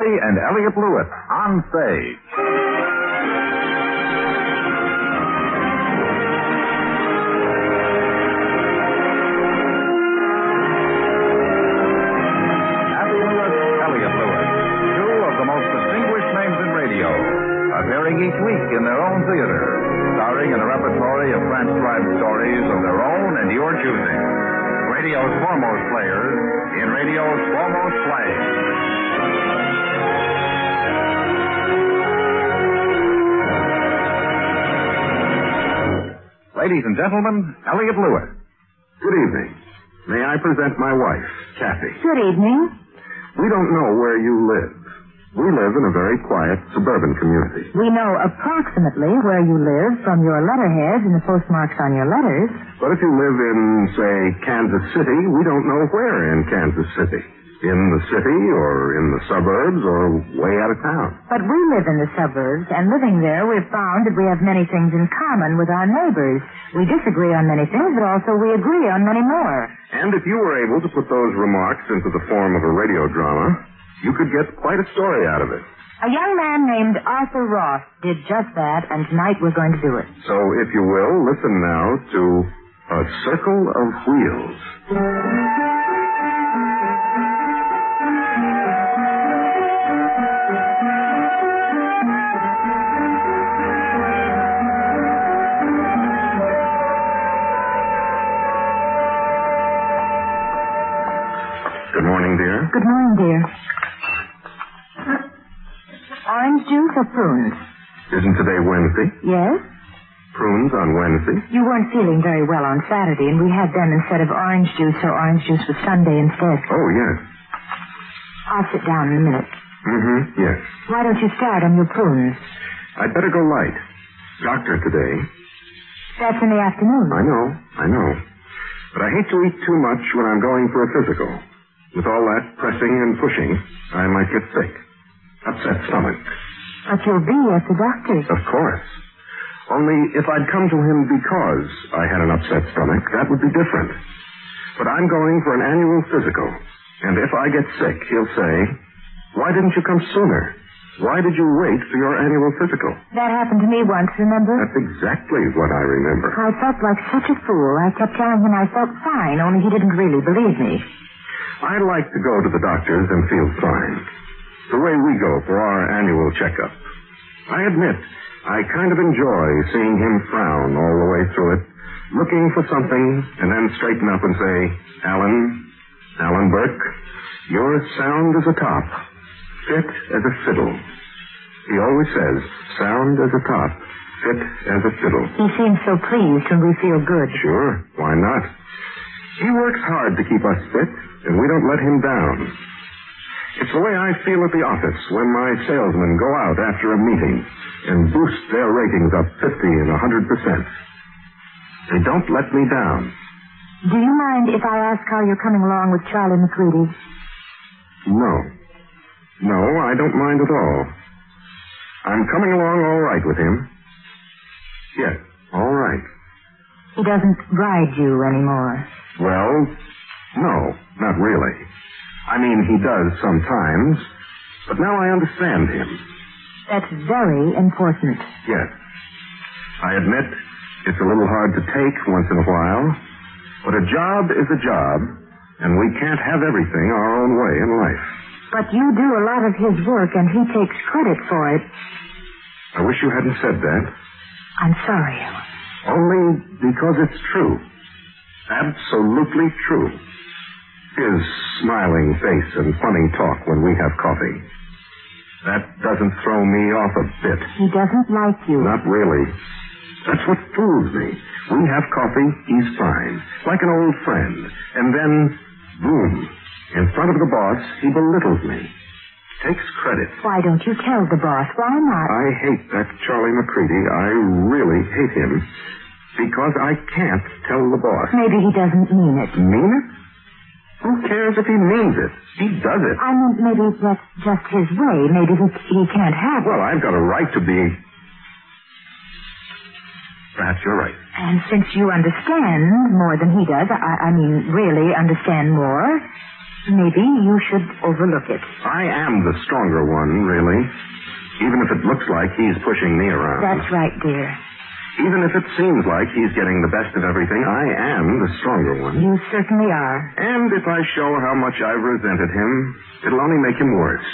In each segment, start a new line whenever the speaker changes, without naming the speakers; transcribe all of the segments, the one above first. Lee and Elliot Lewis on stage. Happy Lewis, Elliot Lewis, two of the most distinguished names in radio, appearing each week in their own theater, starring in a repertory of transcribed stories of their own and your choosing. Radio's foremost players in radio's foremost play. Ladies and gentlemen, Elliot Lewis.
Good evening. May I present my wife, Kathy?
Good evening.
We don't know where you live. We live in a very quiet suburban community.
We know approximately where you live from your letterheads and the postmarks on your letters.
But if you live in, say, Kansas City, we don't know where in Kansas City. In the city or in the suburbs or way out of town.
But we live in the suburbs, and living there, we've found that we have many things in common with our neighbors. We disagree on many things, but also we agree on many more.
And if you were able to put those remarks into the form of a radio drama, you could get quite a story out of it.
A young man named Arthur Ross did just that, and tonight we're going to do it.
So, if you will, listen now to A Circle of Wheels. Good morning, dear.
Good morning, dear. Orange juice or prunes?
Isn't today Wednesday?
Yes?
Prunes on Wednesday?
You weren't feeling very well on Saturday, and we had them instead of orange juice, so orange juice was Sunday instead.
Oh, yes.
I'll sit down in a minute.
Mm-hmm. Yes.
Why don't you start on your prunes?
I'd better go light. Doctor today.
That's in the afternoon.
I know, I know. But I hate to eat too much when I'm going for a physical. With all that pressing and pushing, I might get sick. Upset stomach.
But you'll be at the doctor's.
Of course. Only if I'd come to him because I had an upset stomach, that would be different. But I'm going for an annual physical. And if I get sick, he'll say, Why didn't you come sooner? Why did you wait for your annual physical?
That happened to me once, remember?
That's exactly what I remember.
I felt like such a fool. I kept telling him I felt fine, only he didn't really believe me.
I like to go to the doctors and feel fine. The way we go for our annual checkup. I admit, I kind of enjoy seeing him frown all the way through it, looking for something, and then straighten up and say, Alan, Alan Burke, you're as sound as a top, fit as a fiddle. He always says, sound as a top, fit as a fiddle.
He seems so pleased when we feel good.
Sure, why not? He works hard to keep us fit, and we don't let him down. It's the way I feel at the office when my salesmen go out after a meeting and boost their ratings up 50 and 100%. They don't let me down.
Do you mind if I ask how you're coming along with Charlie McCready?
No. No, I don't mind at all. I'm coming along all right with him. Yes, all right.
He doesn't ride you anymore.
Well, no, not really. I mean, he does sometimes, but now I understand him.
That's very important.
Yes. I admit it's a little hard to take once in a while, but a job is a job, and we can't have everything our own way in life.
But you do a lot of his work, and he takes credit for it.
I wish you hadn't said that,
I'm sorry.
only because it's true. Absolutely true. His smiling face and funny talk when we have coffee. That doesn't throw me off a bit.
He doesn't like you.
Not really. That's what fools me. We have coffee, he's fine, like an old friend. And then, boom, in front of the boss, he belittles me. Takes credit.
Why don't you tell the boss? Why not?
I hate that Charlie McCready. I really hate him because I can't tell the boss.
Maybe he doesn't mean it.
Mean it? Who cares if he means it? He does it.
I mean, maybe that's just his way. Maybe he, he can't have it.
Well, I've got a right to be. Perhaps you're right.
And since you understand more than he does, I, I mean, really understand more, Maybe you should overlook it.
I am the stronger one, really. Even if it looks like he's pushing me around.
That's right, dear.
Even if it seems like he's getting the best of everything, I am the stronger one.
You certainly are.
And if I show how much I've resented him, it'll only make him worse.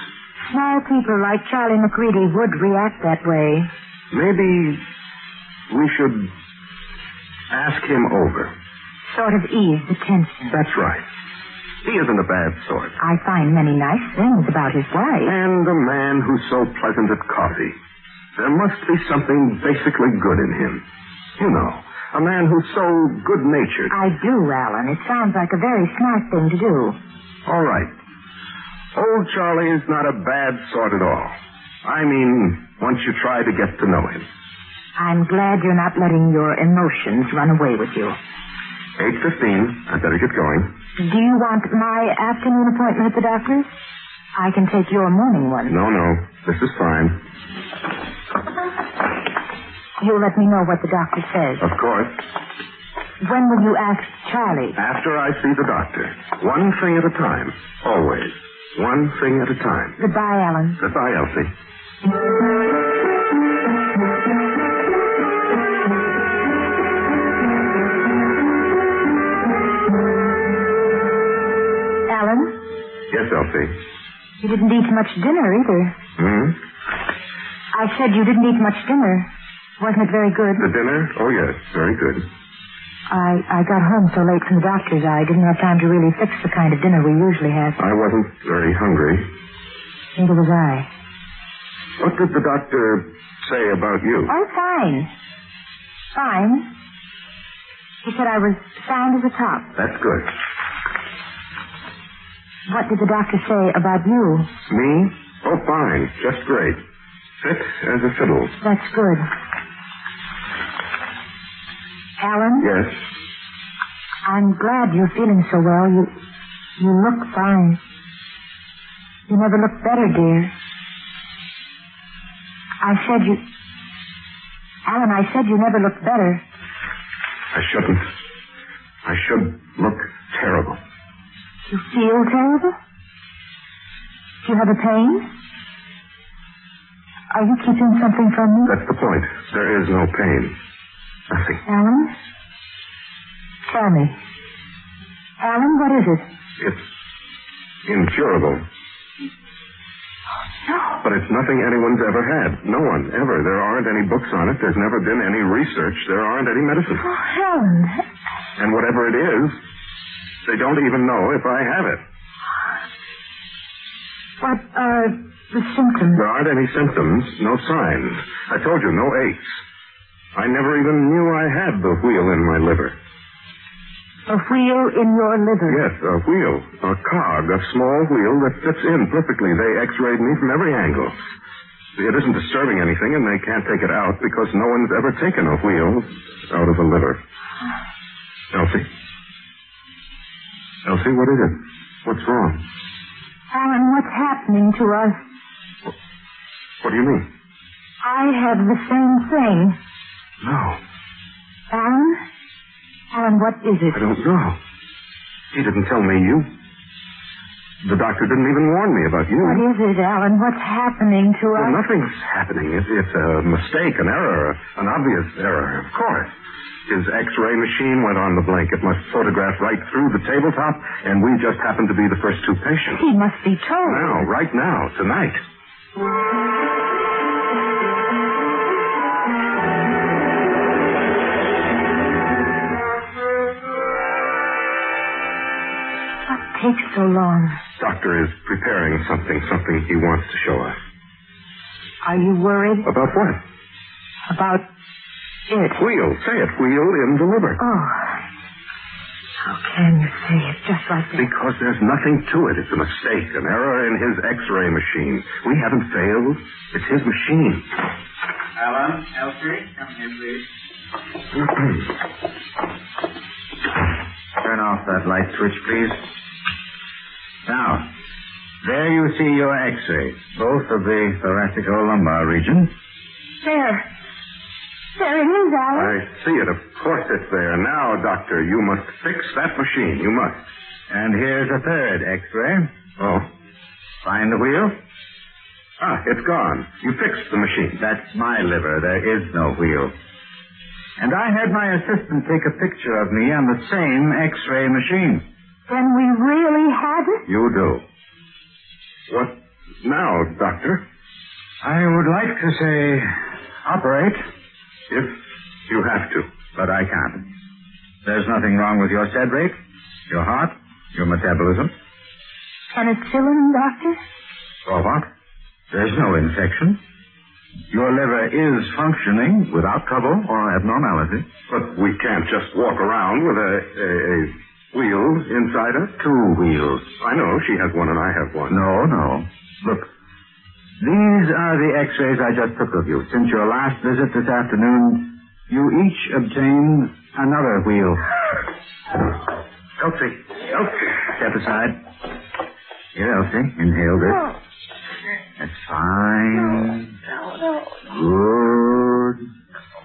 Small people like Charlie McCready would react that way.
Maybe we should ask him over.
Sort of ease the tension.
That's right. He isn't a bad sort.
I find many nice things about his wife.
And a man who's so pleasant at coffee. There must be something basically good in him. You know, a man who's so good natured.
I do, Alan. It sounds like a very smart thing to do.
All right. Old Charlie is not a bad sort at all. I mean, once you try to get to know him.
I'm glad you're not letting your emotions run away with you.
8.15. I'd better get going.
Do you want my afternoon appointment at the doctor's? I can take your morning one.
No, no. This is fine.
You'll let me know what the doctor says.
Of course.
When will you ask Charlie?
After I see the doctor. One thing at a time. Always. One thing at a time.
Goodbye, Alan.
Goodbye, Elsie.
Alan,
Yes, Elsie.
you didn't eat much dinner either.
Hmm?
I said you didn't eat much dinner. Wasn't it very good?
The dinner? Oh, yes. Very good.
I, I got home so late from the doctor's, I didn't have time to really fix the kind of dinner we usually have.
I wasn't very hungry.
Neither was I.
What did the doctor say about you?
Oh, fine. Fine. He said I was sound as a top.
That's good.
What did the doctor say about you?
Me? Oh, fine. Just great. Fit as a fiddle.
That's good. Alan,
Yes.
I'm glad you're feeling so well. You you look fine. You never look better, dear. I said you Alan, I said you never look better.
I shouldn't. I should look terrible.
You feel terrible? Do you have a pain? Are you keeping something from me?
That's the point. There is no pain. Nothing.
Alan? Tell me. Alan, what is it?
It's incurable.
No.
But it's nothing anyone's ever had. No one, ever. There aren't any books on it. There's never been any research. There aren't any medicines.
Oh, Helen.
And whatever it is, they don't even know if I have it.
What are the symptoms?
There aren't any symptoms, no signs. I told you, no aches. I never even knew I had the wheel in my liver.
A wheel in your liver.
Yes, a wheel, a cog, a small wheel that fits in perfectly. They x-rayed me from every angle. It isn't disturbing anything, and they can't take it out because no one's ever taken a wheel out of a liver. Elsie? Elsie, what is it? What's wrong?
Alan, what's happening to us?
What do you mean?
I have the same thing.
No.
Alan? Alan, what is it?
I don't know. He didn't tell me you. The doctor didn't even warn me about you.
What is it, Alan? What's happening to
Well,
us?
nothing's happening. It, it's a mistake, an error, an obvious error, of course. His x-ray machine went on the blank. It must photograph right through the tabletop, and we just happened to be the first two patients.
He must be told.
Now, right now, tonight.
What takes so long?
Doctor is preparing something, something he wants to show us.
Are you worried
About what?
about it?
Wheel. Say it. Wheel in the liver.
Oh. How can you say it just like that?
Because there's nothing to it. It's a mistake, an error in his x-ray machine. We haven't failed. It's his machine.
Alan, Elsie, come here, please. Turn off that light switch, please. Now, there you see your x-rays, both of the thoracic-lumbar region.
There. There it is, Alan.
I see it. Of course it's there. Now, doctor, you must fix that machine. You must.
And here's a third X-ray.
Oh.
Find the wheel.
Ah, it's gone. You fixed the machine.
That's my liver. There is no wheel. And I had my assistant take a picture of me on the same X-ray machine.
Then we really had it?
You do.
What now, Doctor?
I would like to say operate,
If you have to.
but I can't. There's nothing wrong with your sed rate, your heart, your metabolism.
Penicillin, Doctor?
Or what? There's no infection. Your liver is functioning without trouble or abnormality.
But we can't just walk around with a, a, a wheel inside us.
Two wheels.
I know she has one and I have one.
No, no. Look. These are the x-rays I just took of you. Since your last visit this afternoon, you each obtained another wheel. Elsie. Elsie. Step aside. Here, Elsie. Inhale this. That's fine. Good.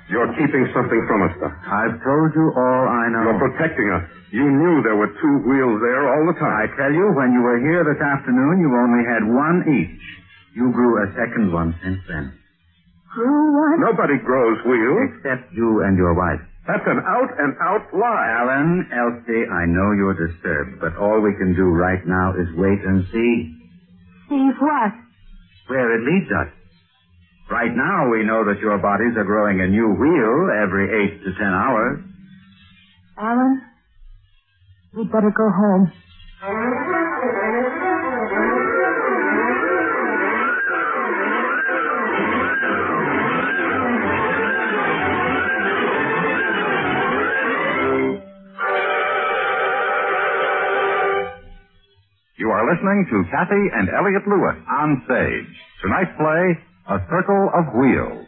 You're keeping something from us, Doctor.
I've told you all I know.
You're protecting us. You knew there were two wheels there all the
I
time.
tell you, when you were here this afternoon, you only had one each. You grew a second one since then.
Grew one?
Nobody grows wheels.
Except you and your wife.
That's an out and out lie.
Alan, Elsie, I know you're disturbed, but all we can do right now is wait and see
Steve, what?
where it leads us. Right now, we know that your bodies are growing a new wheel every eight to ten hours.
Alan? We'd better go home.
You are listening to Kathy and Elliot Lewis on stage. Tonight's play, A Circle of Wheels.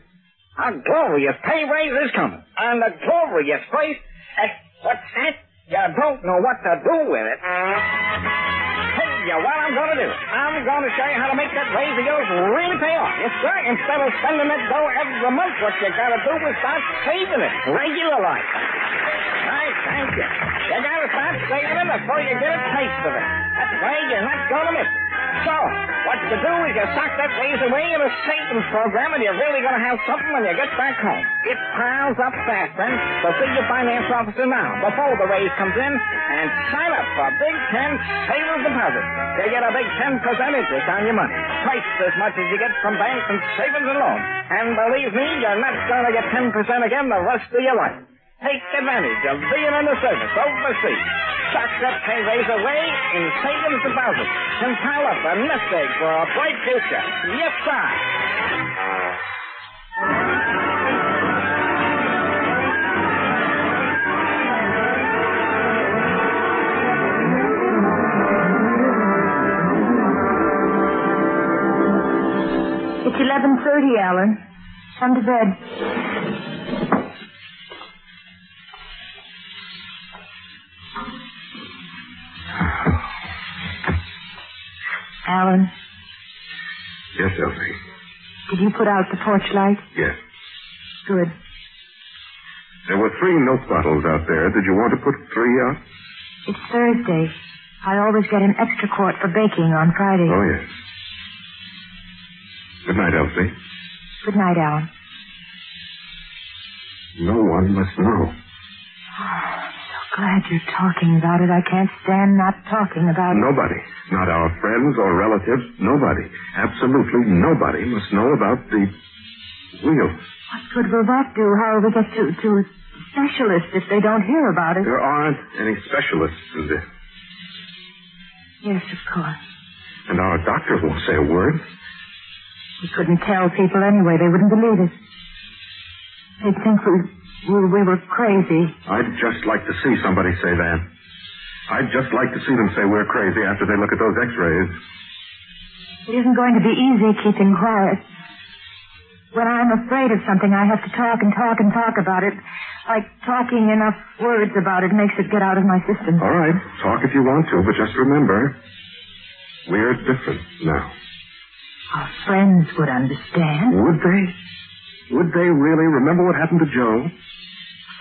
A glorious pay raise is coming. And a glorious place. Uh, what's that? You don't know what to do with it. Tell you what I'm going to do. I'm going to show you how to make that raise of yours really pay off. Yes, sir. Instead of spending that dough every month, what you got to do is start saving it regular like. I thank you. You got to start saving it before you get a taste of it. That way you're not going to miss it. So, what you do is you sock that raise away in a savings program, and you're really going to have something when you get back home. It piles up fast, then, so see your finance officer now, before the raise comes in, and sign up for a Big Ten savings deposit. You get a big 10% interest on your money, twice as much as you get from banks and savings and loans. And believe me, you're not going to get 10% again the rest of your life. Take advantage of being in the service overseas. Sock that pay raise away in savings deposits and pile up a nest egg for a bright future. Yes, sir.
It's 11.30, Alan. Come to bed. Alan,
Yes, Elsie.
did you put out the porch light?
Yes.
Good.
There were three milk bottles out there. Did you want to put three out?
It's Thursday. I always get an extra quart for baking on Friday.
Oh, yes. Good night, Elsie.
Good night, Alan.
No one must know.
Glad you're talking about it. I can't stand not talking about it.
Nobody, not our friends or relatives, nobody, absolutely nobody must know about the wheels.
What good will that do? How will we get to, to specialists if they don't hear about it?
There aren't any specialists in this,
Yes, of course.
and our doctor won't say a word.
We couldn't tell people anyway. They wouldn't believe us. They'd think we, we, we were crazy.
I'd just like to see somebody say that. I'd just like to see them say we're crazy after they look at those x-rays.
It isn't going to be easy keeping quiet. When I'm afraid of something, I have to talk and talk and talk about it. Like talking enough words about it makes it get out of my system.
All right, talk if you want to, but just remember, we're different now.
Our friends would understand.
Would they? Would they really remember what happened to Joe?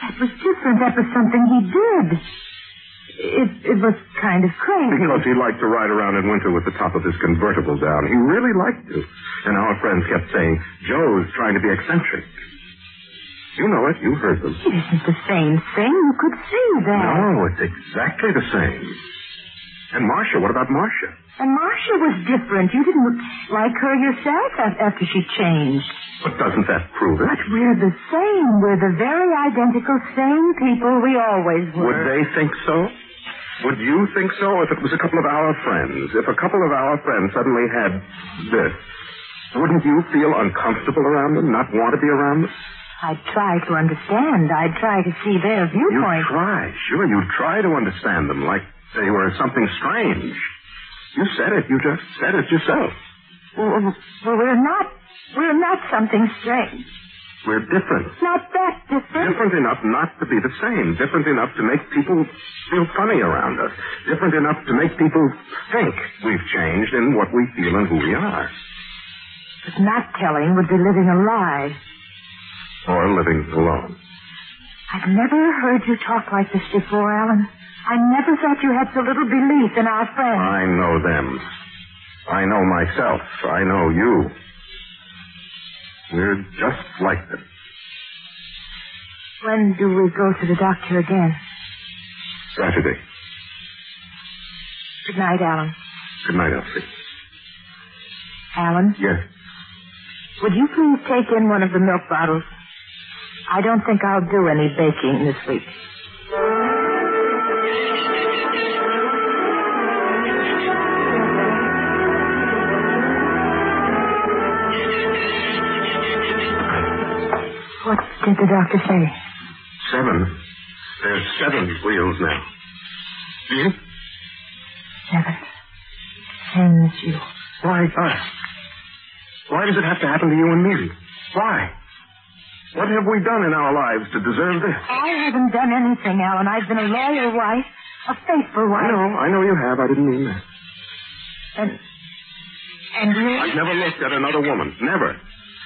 That was different. That was something he did. It, it was kind of crazy.
Because he liked to ride around in winter with the top of his convertible down. He really liked to. And our friends kept saying, Joe's trying to be eccentric. You know it. You heard them.
It isn't the same thing. You could see that.
No, it's exactly the same. And Marcia, what about Marcia?
And Marcia was different. You didn't like her yourself af- after she changed.
But doesn't that prove it?
We're the same. We're the very identical same people we always
Would
were.
they think so? Would you think so if it was a couple of our friends? If a couple of our friends suddenly had this, wouldn't you feel uncomfortable around them, not want to be around them?
I'd try to understand. I'd try to see their
You
viewpoint.
try, sure, you try to understand them like they were something strange. You said it, you just said it yourself.
Well, well, well, we're not. We're not something strange.
We're different.
Not that different.
Different enough not to be the same. Different enough to make people feel funny around us. Different enough to make people think we've changed in what we feel and who we are.
But not telling would be living a lie.
Or living alone.
I've never heard you talk like this before, Alan. I never thought you had so little belief in our friends.
I know them. I know myself. I know you. We're just like them.
When do we go to the doctor again?
Saturday.
Good night, Alan.
Good night, Elsie.
Alan,
Yes.
would you please take in one of the milk bottles? I don't think I'll do any baking this week. What did the doctor say?
Seven. There's seven wheels now. You?
Seven. Same as you.
Why us? Why does it have to happen to you and me? Why? What have we done in our lives to deserve this?
I haven't done anything, Alan. I've been a loyal wife, a
I
faithful wife.
know, I know you have. I didn't mean that.
And and you
I've never looked at another woman. Never.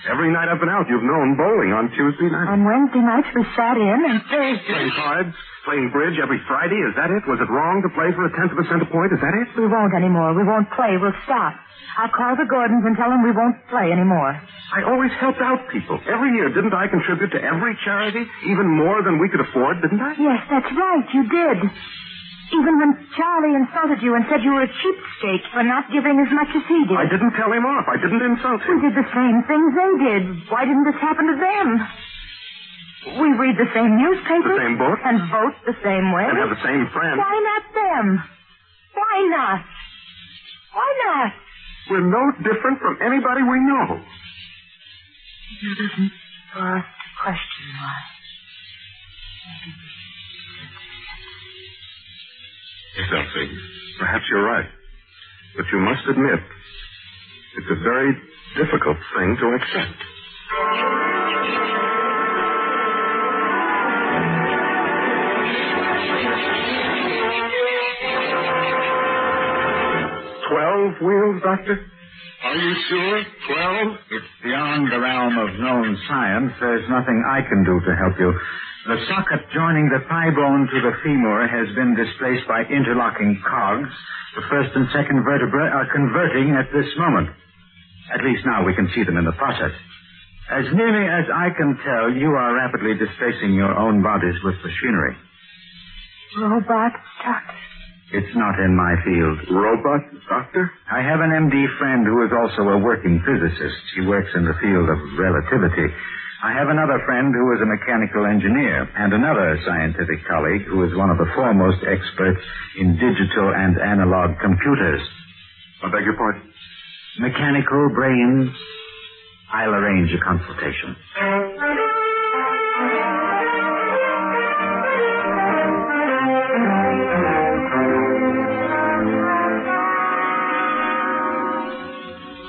Every night I've been out, you've known bowling on Tuesday night.
on Wednesday nights we sat in and
Playing
Thursday
cards, playing bridge every Friday. Is that it? Was it wrong to play for a tenth of a cent a point? Is that it?
we won't anymore. We won't play. We'll stop. I'll call the Gordons and tell them we won't play anymore.
I always helped out people. Every year, didn't I contribute to every charity? Even more than we could afford, didn't I?
Yes, that's right. You did. Even when Charlie insulted you and said you were a cheapskate for not giving as much as he did.
I didn't tell him off. I didn't insult
We
him.
did the same things they did. Why didn't this happen to them? We read the same newspapers.
The same book.
And vote the same way.
And have the same friends.
Why not them? Why not? Why not?
We're no different from anybody we know.
It isn't for us to question why.
Yes, Elsie. Perhaps you're right. But you must admit, it's a very difficult thing to accept. Twelve wheels, Doctor?
Are you sure? Twelve? It's beyond the realm of known science. There's nothing I can do to help you. The socket joining the thigh bone to the femur has been displaced by interlocking cogs. The first and second vertebrae are converting at this moment. At least now we can see them in the process. As nearly as I can tell, you are rapidly displacing your own bodies with machinery.
Robots, doctor.
It's not in my field.
Robot, Doctor?
I have an MD friend who is also a working physicist. He works in the field of relativity. I have another friend who is a mechanical engineer, and another scientific colleague who is one of the foremost experts in digital and analog computers.
I beg your pardon.
Mechanical brains. I'll arrange a consultation.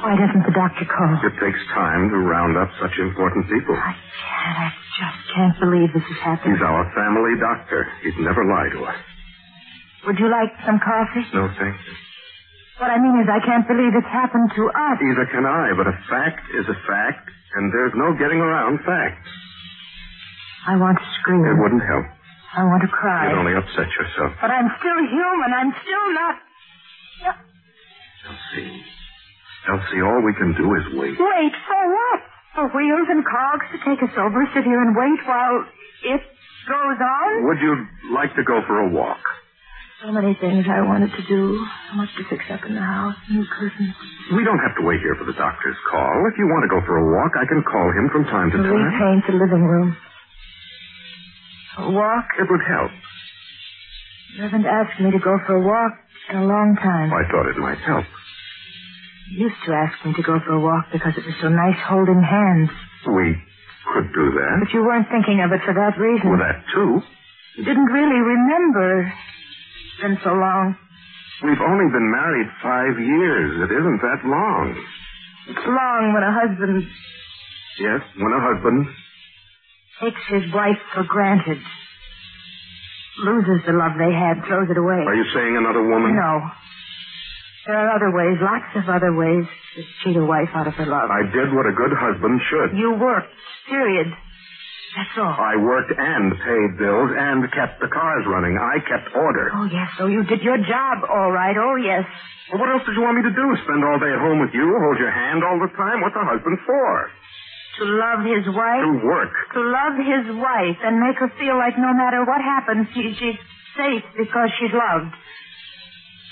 Why doesn't the doctor call?
It takes time to round up such important people.
I can't. I just can't believe this is happening.
He's our family doctor. He'd never lie to us.
Would you like some coffee?
No, thank you.
What I mean is I can't believe it's happened to us.
Neither can I, but a fact is a fact, and there's no getting around facts.
I want to scream.
It wouldn't help.
I want to cry.
You'd only upset yourself.
But I'm still human. I'm still not.
Elsie. Elsie, all we can do is wait.
Wait for what? For wheels and cogs to take us over, sit here and wait while it goes on?
Would you like to go for a walk?
So many things I wanted to do. So much to fix up in the house. New curtains.
We don't have to wait here for the doctor's call. If you want to go for a walk, I can call him from time to time.
Repaint the living room. A walk?
It would help.
You haven't asked me to go for a walk in a long time.
I thought it might help.
You used to ask me to go for a walk because it was so nice holding hands.
We could do that.
But you weren't thinking of it for that reason.
Well, that too.
You didn't really remember. It's been so long.
We've only been married five years. It isn't that long.
It's long when a husband
Yes, when a husband.
takes his wife for granted, loses the love they had, throws it away.
Are you saying another woman?
No. There are other ways, lots of other ways to cheat a wife out of her love.
I did what a good husband should.
You worked, period. That's all.
I worked and paid bills and kept the cars running. I kept order.
Oh, yes. So you did your job all right. Oh, yes.
Well, what else did you want me to do? Spend all day at home with you, hold your hand all the time? What's a husband for?
To love his wife.
To work.
To love his wife and make her feel like no matter what happens, she, she's safe because she's loved.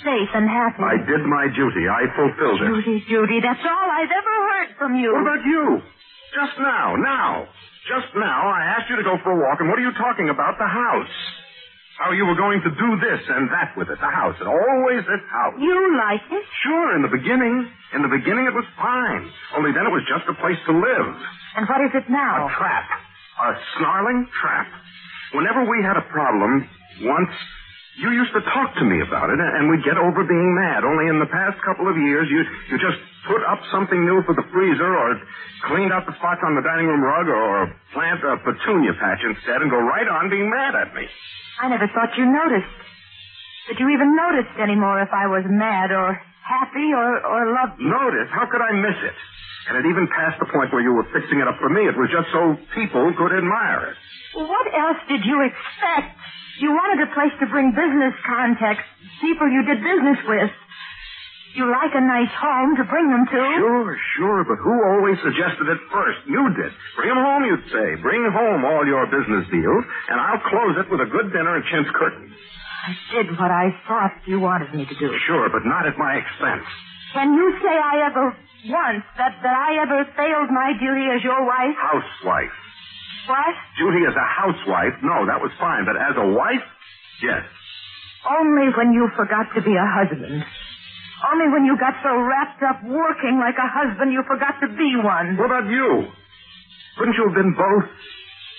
Safe and happy.
I did my duty. I fulfilled it.
Judy, Judy, that's all I've ever heard from you.
What about you? Just now, now. Just now, I asked you to go for a walk, and what are you talking about? The house. How you were going to do this and that with it. The house. And always this house.
You like it?
Sure, in the beginning. In the beginning, it was fine. Only then it was just a place to live.
And what is it
A
now?
trap. A snarling trap. Whenever we had a problem, once, you used to talk to me about it, and we'd get over being mad. Only in the past couple of years, you, you just put up something new for the freezer, or cleaned out the spots on the dining room rug, or plant a petunia patch instead, and go right on being mad at me.
I never thought you noticed. That you even noticed anymore if I was mad or happy or, or loved you.
Notice, how could I miss it? And it even passed the point where you were fixing it up for me. It was just so people could admire it.
What else did you expect? You wanted a place to bring business contacts, people you did business with. You like a nice home to bring them to.
Sure, sure, but who always suggested it first? You did. Bring 'em home, you'd say. Bring home all your business deals, and I'll close it with a good dinner and chintz curtains.
I did what I thought you wanted me to do.
Sure, but not at my expense.
Can you say I ever once that, that I ever failed my duty as your wife?
Housewife.
What?
Duty as a housewife? No, that was fine, but as a wife? Yes.
Only when you forgot to be a husband. Only when you got so wrapped up working like a husband you forgot to be one.
What about you? Couldn't you have been both?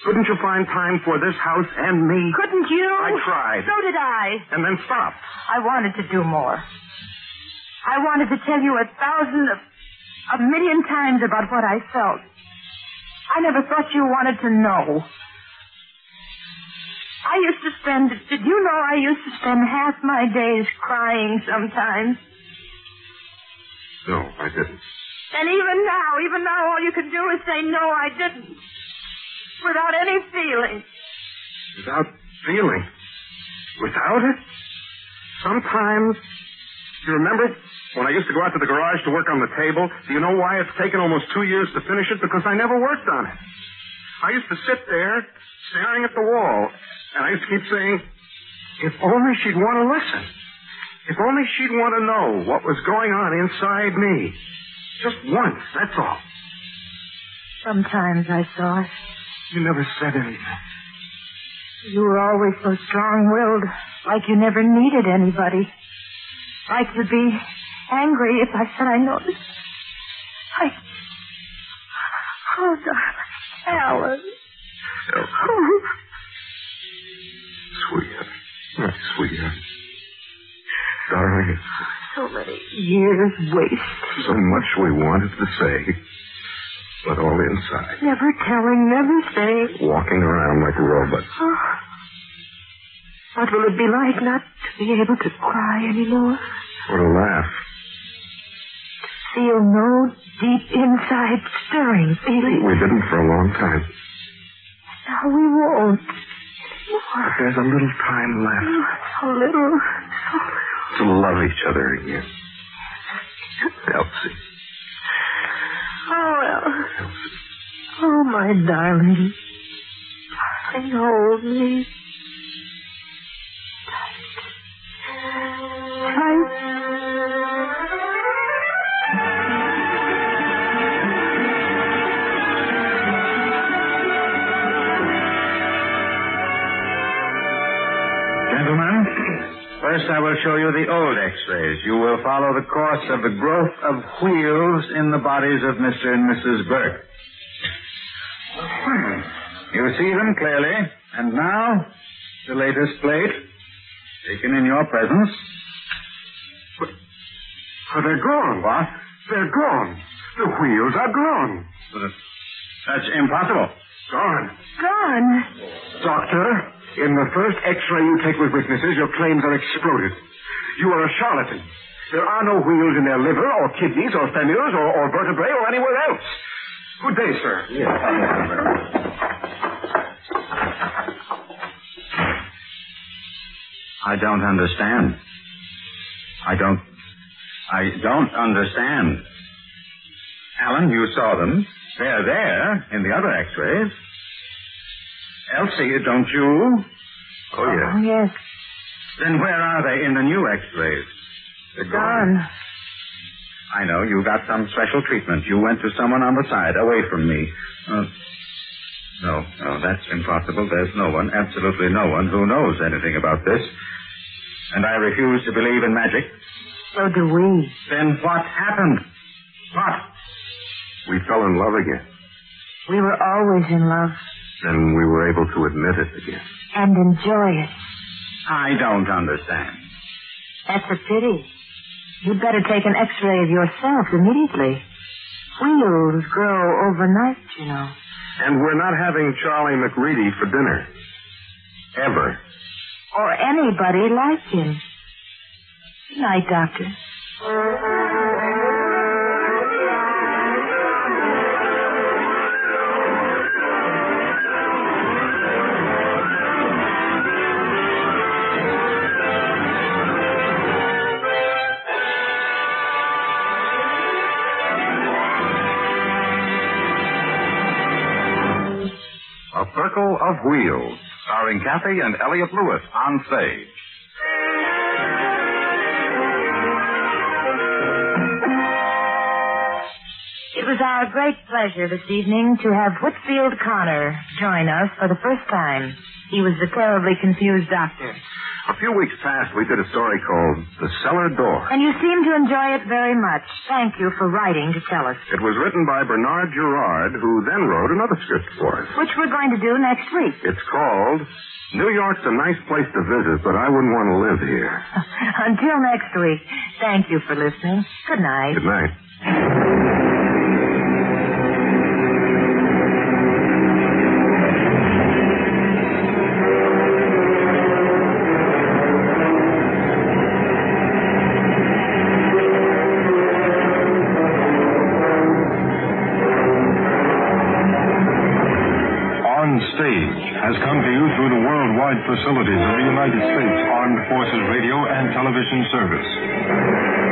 Couldn't you find time for this house and me?
Couldn't you?
I tried.
So did I.
And then stopped.
I wanted to do more. I wanted to tell you a thousand, a million times about what I felt. I never thought you wanted to know. I used to spend, did you know I used to spend half my days crying sometimes?
No, I didn't.
And even now, even now, all you can do is say, no, I didn't. Without any feeling.
Without feeling. Without it? Sometimes. You remember when I used to go out to the garage to work on the table? Do you know why it's taken almost two years to finish it? Because I never worked on it. I used to sit there staring at the wall, and I used to keep saying, if only she'd want to listen. If only she'd want to know what was going on inside me. Just once, that's all.
Sometimes I saw it.
You never said anything.
You were always so strong willed, like you never needed anybody. Like you'd be angry if I said I noticed. I. Oh, darling. Alan. Oh,
Sweetheart. My sweetheart. Darling,
so many years wasted.
so much we wanted to say, but all inside.
Never telling, never saying.
Walking around like a robot.
Oh. What will it be like not to be able to cry anymore?
What a laugh.
Feel no deep inside stirring feeling.
We didn't for a long time.
No, we won't.
But there's a little time left.
Oh, So little.
To love each other again. Elsie.
Oh, well. Oh, my darling. Darling, hold me.
Gentlemen, first I will show you the old x-rays. You will follow the course of the growth of wheels in the bodies of Mr. and Mrs. Burke. Hmm. You see them clearly. And now, the latest plate, taken in your presence.
Oh, they're gone. What? They're gone. The wheels are gone.
That's impossible.
Gone.
Gone.
Doctor, in the first x-ray you take with witnesses, your claims are exploded. You are a charlatan. There are no wheels in their liver or kidneys or femurs or, or vertebrae or anywhere else. Good day, sir.
I don't understand. I don't. I don't understand. Alan, you saw them. They're there in the other x rays. Elsie, don't you?
Oh,
Oh,
yes.
yes.
Then where are they in the new x rays? They're
Gone.
I know. You got some special treatment. You went to someone on the side, away from me. Uh, no, no, that's impossible. There's no one, absolutely no one, who knows anything about this. And I refuse to believe in magic.
So do we.
Then what happened? What?
We fell in love again.
We were always in love
Then we were able to admit it again.
and enjoy it.
I don't understand.
That's a pity. You'd better take an x-ray of yourself immediately. Wheels grow overnight, you know.
And we're not having Charlie McReady for dinner. Ever.
Or anybody like him. Good night, Doctor.
A Circle of Wheels, starring Kathy and Elliot Lewis on stage.
It was our great pleasure this evening to have Whitfield Connor join us for the first time. He was the terribly confused doctor.
A few weeks past, we did a story called The Cellar Door.
And you seem to enjoy it very much. Thank you for writing to tell us,
It was written by Bernard Girard, who then wrote another script for us.
which we're going to do next week.
It's called New York's a Nice Place to Visit, but I wouldn't want to live here.
Until next week, thank you for listening. Good night.
Good night.
On Stage has come to you through the worldwide facilities of the United States Armed Forces Radio and Television Service.